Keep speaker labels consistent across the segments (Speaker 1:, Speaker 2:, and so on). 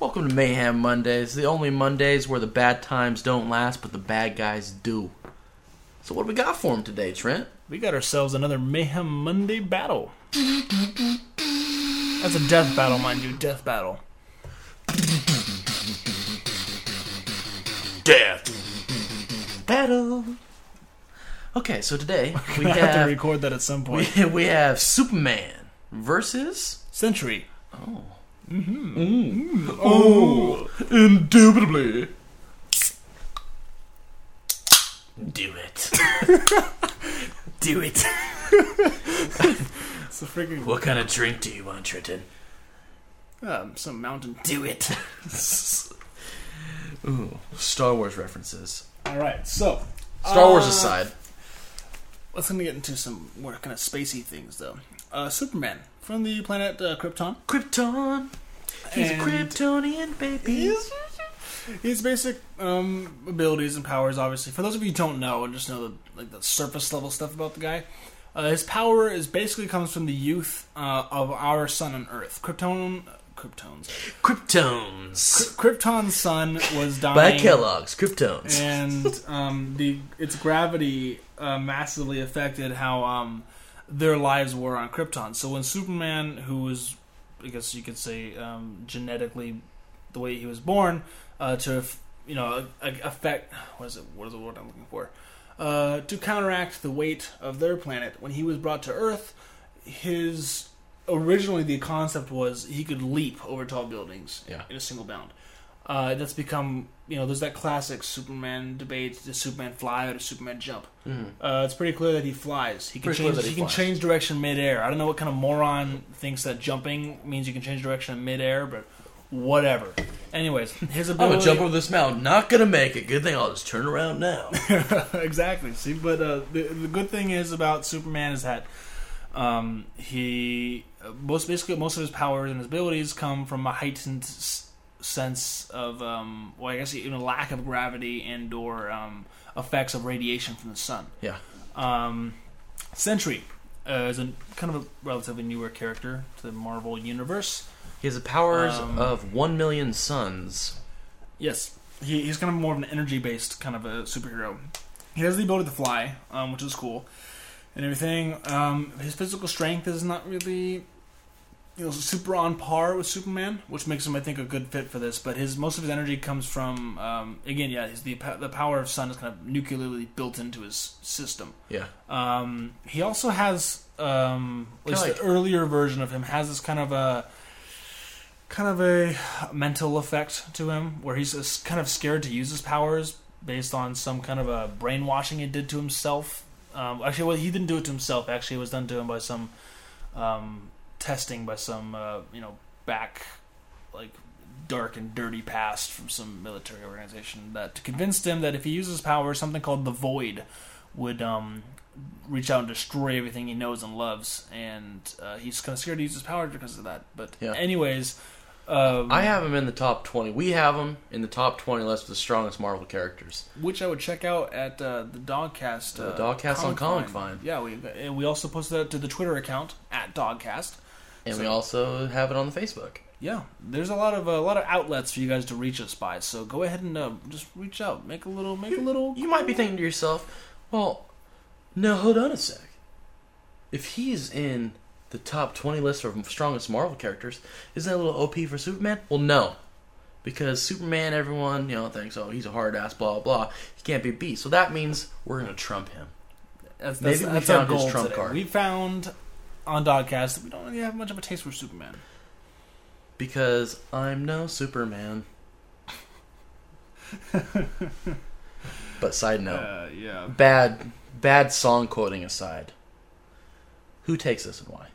Speaker 1: Welcome to Mayhem Mondays, the only Mondays where the bad times don't last, but the bad guys do. So, what do we got for him today, Trent?
Speaker 2: We got ourselves another Mayhem Monday battle. That's a death battle, mind you, death battle.
Speaker 1: Death! Battle! Okay, so today we
Speaker 2: I have to
Speaker 1: have,
Speaker 2: record that at some point.
Speaker 1: we, we have Superman versus.
Speaker 2: Century. Mm-hmm. Mm.
Speaker 1: Oh, Mm-hmm. indubitably. Do it.
Speaker 2: Do it. it's a freaking
Speaker 1: What kind of drink do you want, Trenton?
Speaker 2: um, some mountain. Do it.
Speaker 1: Ooh, Star Wars references.
Speaker 2: All right, so
Speaker 1: Star Wars
Speaker 2: Uh,
Speaker 1: aside.
Speaker 2: let's gonna get into some more kind of spacey things though. Uh, Superman from the planet uh, Krypton.
Speaker 1: Krypton. He's
Speaker 2: And-
Speaker 1: a Kryptonian baby.
Speaker 2: He's- His basic um, abilities and powers, obviously, for those of you who don't know and just know the like the surface level stuff about the guy, uh, his power is basically comes from the youth uh, of our sun on Earth. Krypton, Krypton's
Speaker 1: Kryptones.
Speaker 2: Krypton's sun was dying.
Speaker 1: By Kellogg's Kryptones.
Speaker 2: and um, the its gravity uh, massively affected how um, their lives were on Krypton. So when Superman, who was, I guess you could say, um, genetically the way he was born, uh, to you know a- affect what is it? What is the word I'm looking for? Uh, to counteract the weight of their planet, when he was brought to Earth, his originally the concept was he could leap over tall buildings
Speaker 1: Yeah.
Speaker 2: in a single bound. Uh, that's become you know there's that classic Superman debate: does Superman fly or does Superman jump?
Speaker 1: Mhm.
Speaker 2: Uh, it's pretty clear that he flies. He can
Speaker 1: Pretty clear
Speaker 2: change.
Speaker 1: that
Speaker 2: He,
Speaker 1: he
Speaker 2: can
Speaker 1: flies.
Speaker 2: change direction midair. I don't know what kind of moron thinks that jumping means you can change direction in midair, but whatever. Anyways, his
Speaker 1: I'm
Speaker 2: ability.
Speaker 1: gonna jump over this mountain. Not gonna make it. Good thing I'll just turn around now.
Speaker 2: exactly. See, but uh, the, the good thing is about Superman is that um, he uh, most basically most of his powers and his abilities come from a heightened s- sense of um, well, I guess even a lack of gravity and or um, effects of radiation from the sun.
Speaker 1: Yeah.
Speaker 2: Um, Sentry uh, is a kind of a relatively newer character to the Marvel universe.
Speaker 1: He has the powers
Speaker 2: Um,
Speaker 1: of one million suns.
Speaker 2: Yes, he, he's kind of more of an energy based kind of a superhero. He has the ability to fly, um, which is cool, and everything. Um, his physical strength is not really, you know, super on par with Superman, which makes him, I think, a good fit for this. But his most of his energy comes from, um, again, yeah, his, the pa- the power of sun is kind of nuclearly built into his system.
Speaker 1: Yeah.
Speaker 2: Um, he also has um, at least
Speaker 1: Kinda
Speaker 2: the earlier version of him has this kind of a kind of a mental effect to him where he's just kind of scared to use his powers based on some kind of a brainwashing he did to himself. Um, actually, well, he didn't do it to himself. Actually, it was done to him by some um, testing by some uh, you know back like dark and dirty past from some military organization that convinced him that if he uses power, something called the Void would um, reach out and destroy everything he knows and loves, and uh, he's kind of scared to use his power because of that. But
Speaker 1: Yeah.
Speaker 2: anyways, um,
Speaker 1: I have him in the top twenty. We have him in the top twenty list of the strongest Marvel characters.
Speaker 2: which I would check out at uh, the Dogcast.
Speaker 1: The
Speaker 2: Uh,
Speaker 1: Dogcast on Comic Vine.
Speaker 2: Yeah, we and we also posted that to the Twitter account at Dogcast.
Speaker 1: And we
Speaker 2: So-
Speaker 1: also have it on the Facebook.
Speaker 2: Yeah, there's a lot of a lot of outlets for you guys to reach us by. So go ahead and uh, just reach out, make a little, make a little.
Speaker 1: You might be thinking to yourself, well, no, hold on a sec. If he's in the top 20 list of strongest Marvel characters, isn't that a little OP for Superman? Well, no. Because Superman, everyone, you know, thinks, oh, he's a hard ass, blah, blah, blah. He can't be beat. So that means we're going to trump him.
Speaker 2: That's,
Speaker 1: Maybe
Speaker 2: that's,
Speaker 1: we
Speaker 2: that's our
Speaker 1: found his
Speaker 2: goal
Speaker 1: trump
Speaker 2: today.
Speaker 1: card.
Speaker 2: We found on Dogcast that we don't really have much of a taste for Superman.
Speaker 1: Because I'm no Superman. but side note
Speaker 2: Uh, yeah.
Speaker 1: bad, bad song quoting aside, who takes this and why?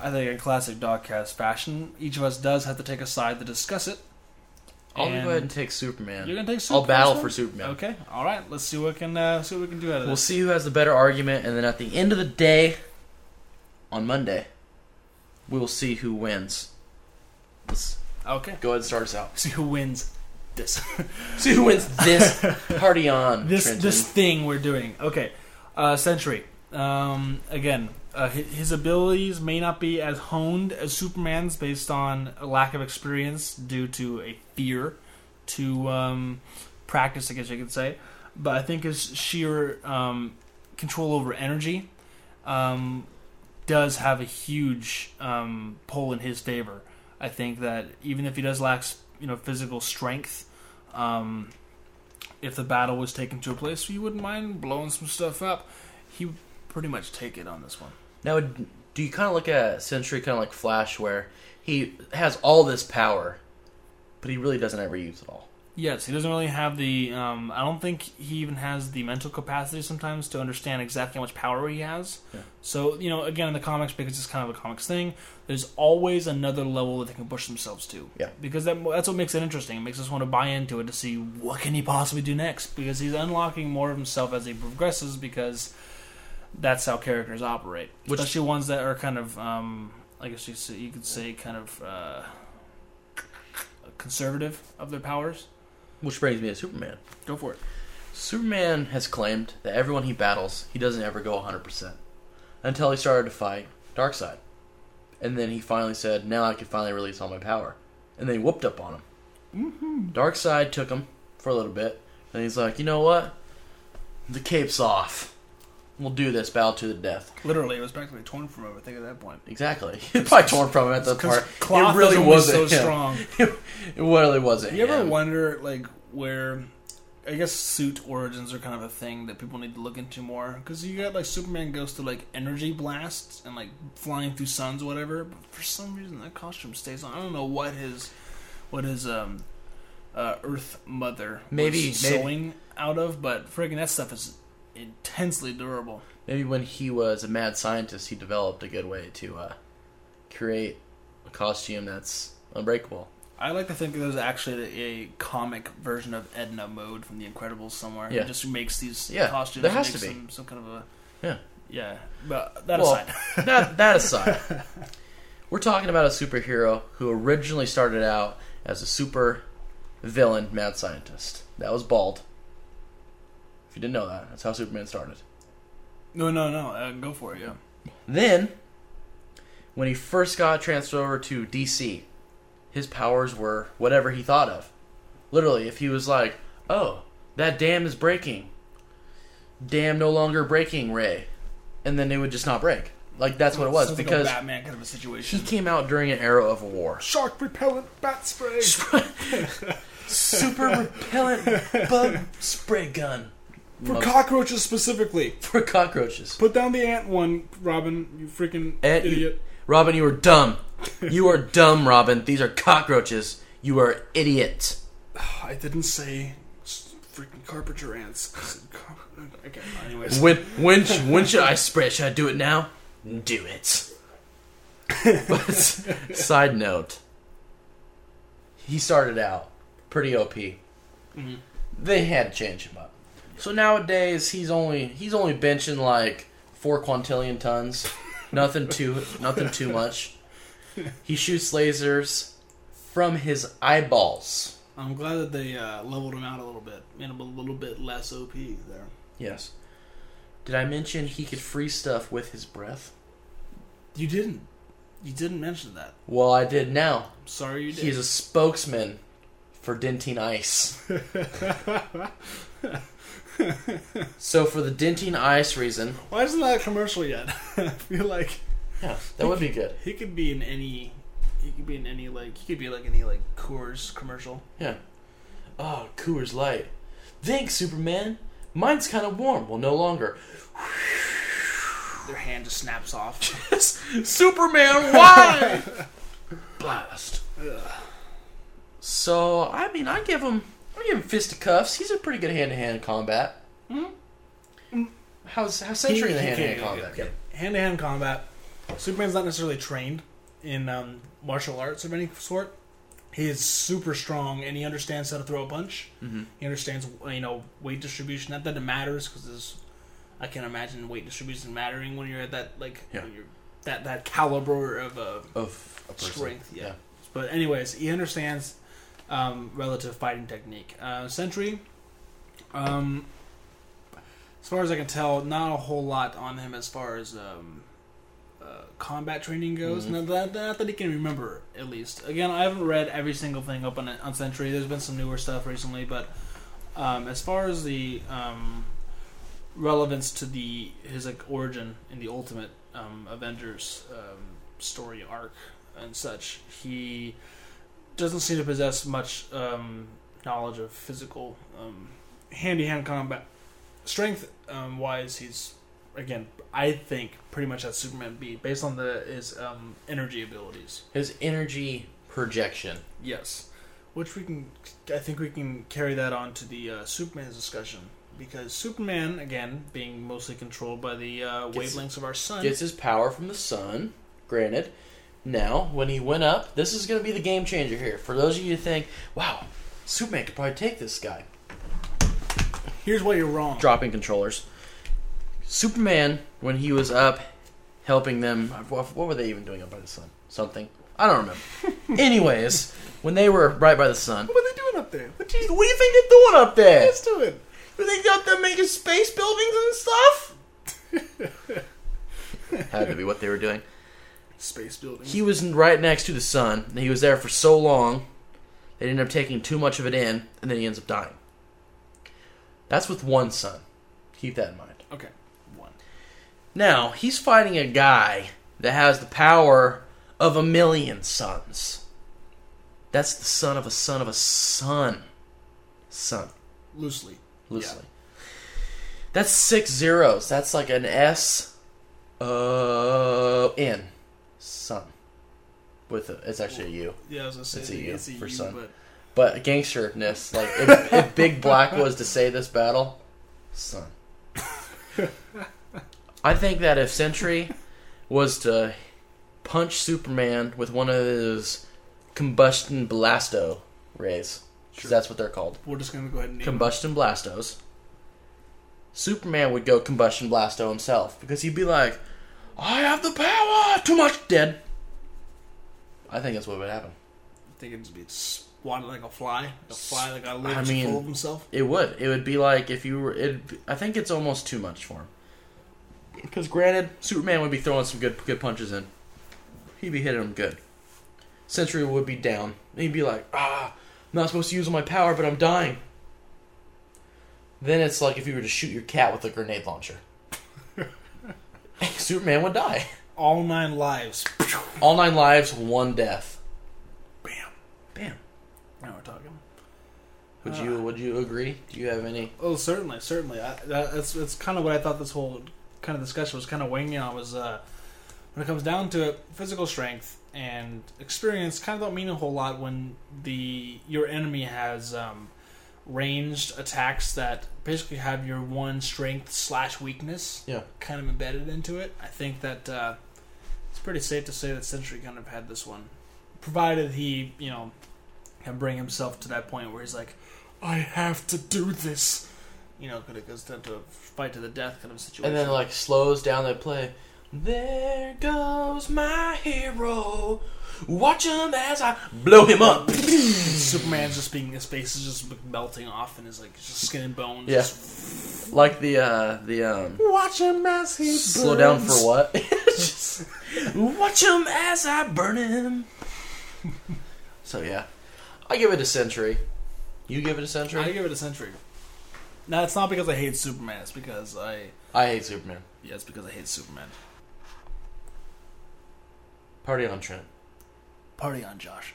Speaker 2: I think in classic Dogcast fashion, each of us does have to take a side to discuss it.
Speaker 1: I'll
Speaker 2: And
Speaker 1: go ahead and take Superman.
Speaker 2: You're gonna take.
Speaker 1: I'll
Speaker 2: Superman
Speaker 1: battle
Speaker 2: this
Speaker 1: for
Speaker 2: one?
Speaker 1: Superman.
Speaker 2: Okay. All right. Let's see what can uh, see what we can do out of
Speaker 1: We'll
Speaker 2: this.
Speaker 1: see who has the better argument, and then at the end of the day, on Monday, we will see who wins. Let's
Speaker 2: Okay.
Speaker 1: go ahead and start us out.
Speaker 2: See who wins this.
Speaker 1: See who wins this party on.
Speaker 2: this
Speaker 1: Trenton.
Speaker 2: this thing we're doing. Okay, uh, Century. Um, again, uh, hi- his abilities may not be as honed as Superman's based on a lack of experience due to a fear to um, practice, I guess you could say. But I think his sheer um, control over energy um, does have a huge um, pull in his favor. I think that even if he does lack, you know, physical strength, um, if the battle was taken to a place you wouldn't mind blowing some stuff up, he would pretty much take it on this one.
Speaker 1: Now, do you kind of look at Century kind of like Flash, where he has all this power, but he really doesn't ever use it all?
Speaker 2: Yes, he doesn't really have the. Um, I don't think he even has the mental capacity sometimes to understand exactly how much power he has.
Speaker 1: Yeah.
Speaker 2: So you know, again, in the comics, because it's kind of a comics thing, there's always another level that they can push themselves to.
Speaker 1: Yeah.
Speaker 2: Because that, that's what makes it interesting. It makes us want to buy into it to see what can he possibly do next. Because he's unlocking more of himself as he progresses. Because that's how characters operate,
Speaker 1: Which-
Speaker 2: especially ones that are kind of, um, I guess you, say, you could say, kind of uh, conservative of their powers.
Speaker 1: Which brings me to Superman.
Speaker 2: Go for it.
Speaker 1: Superman has claimed that everyone he battles, he doesn't ever go 100%. Until he started to fight Darkseid. And then he finally said, Now I can finally release all my power. And they whooped up on him. Mm-hmm. Darkseid took him for a little bit. And he's like, You know what? The cape's off. We'll do this battle to the death.
Speaker 2: Literally, it was practically torn from him. I think at that point.
Speaker 1: Exactly. It probably torn from him at that
Speaker 2: Because
Speaker 1: part.
Speaker 2: cloth
Speaker 1: it really
Speaker 2: doesn't
Speaker 1: wasn't.
Speaker 2: so
Speaker 1: him.
Speaker 2: strong.
Speaker 1: It really wasn't.
Speaker 2: You ever
Speaker 1: him.
Speaker 2: wonder, like, where? I guess suit origins are kind of a thing that people need to look into more because you got like Superman goes through like energy blasts and like flying through suns, or whatever. But for some reason, that costume stays on. I don't know what his, what his um, uh, Earth Mother
Speaker 1: Maybe-
Speaker 2: was
Speaker 1: maybe-
Speaker 2: sewing out of, but friggin' that stuff is intensely durable.
Speaker 1: Maybe when he was a mad scientist, he developed a good way to uh, create a costume that's unbreakable.
Speaker 2: I like to think that there's actually a comic version of Edna Mode from The Incredibles somewhere.
Speaker 1: Yeah.
Speaker 2: It just makes these
Speaker 1: Yeah,
Speaker 2: costumes.
Speaker 1: there has
Speaker 2: makes
Speaker 1: to be.
Speaker 2: them some kind of a.
Speaker 1: Yeah.
Speaker 2: Yeah. But that
Speaker 1: Well,
Speaker 2: aside.
Speaker 1: That, that aside, we're talking about a superhero who originally started out as a super villain mad scientist. That was Bald. If you didn't know that, that's how Superman started.
Speaker 2: No, no, no. Uh, go for it, yeah.
Speaker 1: Then, when he first got transferred over to DC, his powers were whatever he thought of. Literally, if he was like, oh, that dam is breaking, dam no longer breaking, Ray, and then it would just not break. Like, that's what it was,
Speaker 2: Sounds like
Speaker 1: because
Speaker 2: a Batman kind of a
Speaker 1: he
Speaker 2: situation.
Speaker 1: came out during an era of war.
Speaker 2: Shark repellent bat spray.
Speaker 1: Super repellent bug spray gun.
Speaker 2: For
Speaker 1: Love-
Speaker 2: cockroaches specifically.
Speaker 1: for cockroaches.
Speaker 2: Put down the ant one, Robin, you freaking
Speaker 1: Ant, you-
Speaker 2: idiot.
Speaker 1: Robin, you are dumb. You are dumb, Robin. These are cockroaches. You are an idiot.
Speaker 2: I didn't say s- freaking carpenter ants. I said car- okay, anyways.
Speaker 1: When when sh- when should I spray? Should I do it now? Do it. but side note, he started out pretty OP. They had to change him up. So nowadays he's only he's only benching like four quintillion tons. nothing too nothing too much. He shoots lasers from his eyeballs.
Speaker 2: I'm glad that they uh, leveled him out a little bit, made him a little bit less OP there.
Speaker 1: Yes. Did I mention he could freeze stuff with his breath?
Speaker 2: You didn't. You didn't mention that.
Speaker 1: Well, I did now.
Speaker 2: I'm sorry you did.
Speaker 1: He's a spokesman for Dentine Ice. so for the Dentine Ice reason,
Speaker 2: Why isn't that a commercial yet? I feel like
Speaker 1: yeah, that would be good.
Speaker 2: he could be in any. He could be in any like. He could be like any like Coors commercial.
Speaker 1: Yeah. Oh, Coors Light. Thanks, Superman. Mine's kind of warm. Well, no longer.
Speaker 2: Their hand just snaps off.
Speaker 1: Superman, why? Blast. So I mean, I give him, I give him fisticuffs. He's a pretty good hand-to-hand combat. Hmm? How's how's Century in the hand-to-hand combat?
Speaker 2: Hand to hand combat. Superman's not necessarily trained in um, martial arts of any sort. He is super strong, and he understands how to throw a punch.
Speaker 1: Mhm.
Speaker 2: He understands, you know, weight distribution. Not that it matters, because I can imagine weight distribution mattering when you're at that like
Speaker 1: Yeah.
Speaker 2: when you're, that that caliber of uh,
Speaker 1: Of a person.
Speaker 2: strength. Yeah.
Speaker 1: Yeah.
Speaker 2: But anyways, he understands um, relative fighting technique. Uh, Sentry, um, as far as I can tell, not a whole lot on him as far as um, uh, combat training goes. Not, that, not that he can remember, at least. Again, I haven't read every single thing up on, on Century. There's been some newer stuff recently, but um, as far as the um, relevance to the his like origin in the Ultimate um, Avengers um, story arc and such, he doesn't seem to possess much um, knowledge of physical um, hand-to-hand combat. Strength um, wise, he's again, I think pretty much at Superman B based on the his um, energy abilities.
Speaker 1: His energy projection.
Speaker 2: Yes, which we can. I think we can carry that on to the uh, Superman discussion because Superman, again, being mostly controlled by the uh,
Speaker 1: Gets-
Speaker 2: wavelengths of our sun.
Speaker 1: gets his power from the sun. Granted, now when he went up, this is going to be the game changer here. For those of you who think, "Wow, Superman could probably take this guy,"
Speaker 2: Here's why you're wrong.
Speaker 1: dropping controllers. Superman, when he was up helping them, uh, what what were they even doing up by the sun? Something I don't remember. Anyways, when they were right by the sun,
Speaker 2: What are they doing up there? What do you
Speaker 1: what do you think they're doing up there?
Speaker 2: guys doing?
Speaker 1: You think they're up there making space buildings and stuff? Had to be what they were doing.
Speaker 2: Space building.
Speaker 1: he was right next to the sun. And he was there for so long, they ended up taking too much of it in, and then he ends up dying. That's with one sun. Keep that in mind.
Speaker 2: okay, one.
Speaker 1: Now he's fighting a guy that has the power of a million suns. That's the son of a son of a son. Son
Speaker 2: Loosely.
Speaker 1: loosely. That's six zeros. That's like an S, uh, N, sun. With a, it's actually a U,
Speaker 2: Yeah, I was gonna say
Speaker 1: It's a U
Speaker 2: it's a
Speaker 1: for
Speaker 2: U,
Speaker 1: sun.
Speaker 2: but
Speaker 1: but gangsterness. Like if, if Big Black was to say this battle, son. I think that if Sentry was to punch Superman with one of his combustion blasto rays, 'cause
Speaker 2: Sure.
Speaker 1: that's what they're called.
Speaker 2: we're just gonna go ahead and name
Speaker 1: Combustion Blastos. Superman would go Combustion Blasto himself because he'd be like, "I have the power, too much dead." I think that's what would happen.
Speaker 2: I think it'd just be swatted like a fly. A fly that got
Speaker 1: I
Speaker 2: lives
Speaker 1: mean-
Speaker 2: full of himself.
Speaker 1: It would. It would be like if you were. It. I think it's almost too much for him. Because granted, Superman would be throwing some good good punches in. He'd be hitting him good. Sentry would be down. And he'd be like, "Ah, I'm not supposed to use all my power, but I'm dying." Then it's like if you were to shoot your cat with a grenade launcher. Superman would die.
Speaker 2: All nine lives.
Speaker 1: All nine lives, one death.
Speaker 2: Bam.
Speaker 1: Bam.
Speaker 2: Now we're talking.
Speaker 1: Would you Would you agree? Do you have any?
Speaker 2: Oh, certainly, certainly. I, that, that's that's kind of what I thought this whole kind of discussion was kind of weighing on was uh, when it comes down to it, physical strength and experience kind of don't mean a whole lot when the your enemy has um, ranged attacks that basically have your one strength slash weakness
Speaker 1: Yeah.
Speaker 2: kind of embedded into it. I think that uh, it's pretty safe to say that Century kind of had this one, provided he, you know, can bring himself to that point where he's like, I have to do this. You know, because it goes down to a fight to the death kind of situation.
Speaker 1: And then like slows down the play. There goes my hero. Watch him as I blow him up.
Speaker 2: Superman's just being his face is just like, melting off, and his like just skin and bones.
Speaker 1: Yeah.
Speaker 2: just-
Speaker 1: Like the uh the um
Speaker 2: watch him as he burns.
Speaker 1: slow down for what? Just, Watch him as I burn him. So yeah. I give it a century. You give it a century?
Speaker 2: I give it a century. Now it's not because I hate Superman. It's because I
Speaker 1: I hate Superman.
Speaker 2: yeah, it's because I hate Superman.
Speaker 1: Party on Trent.
Speaker 2: Party on, Josh.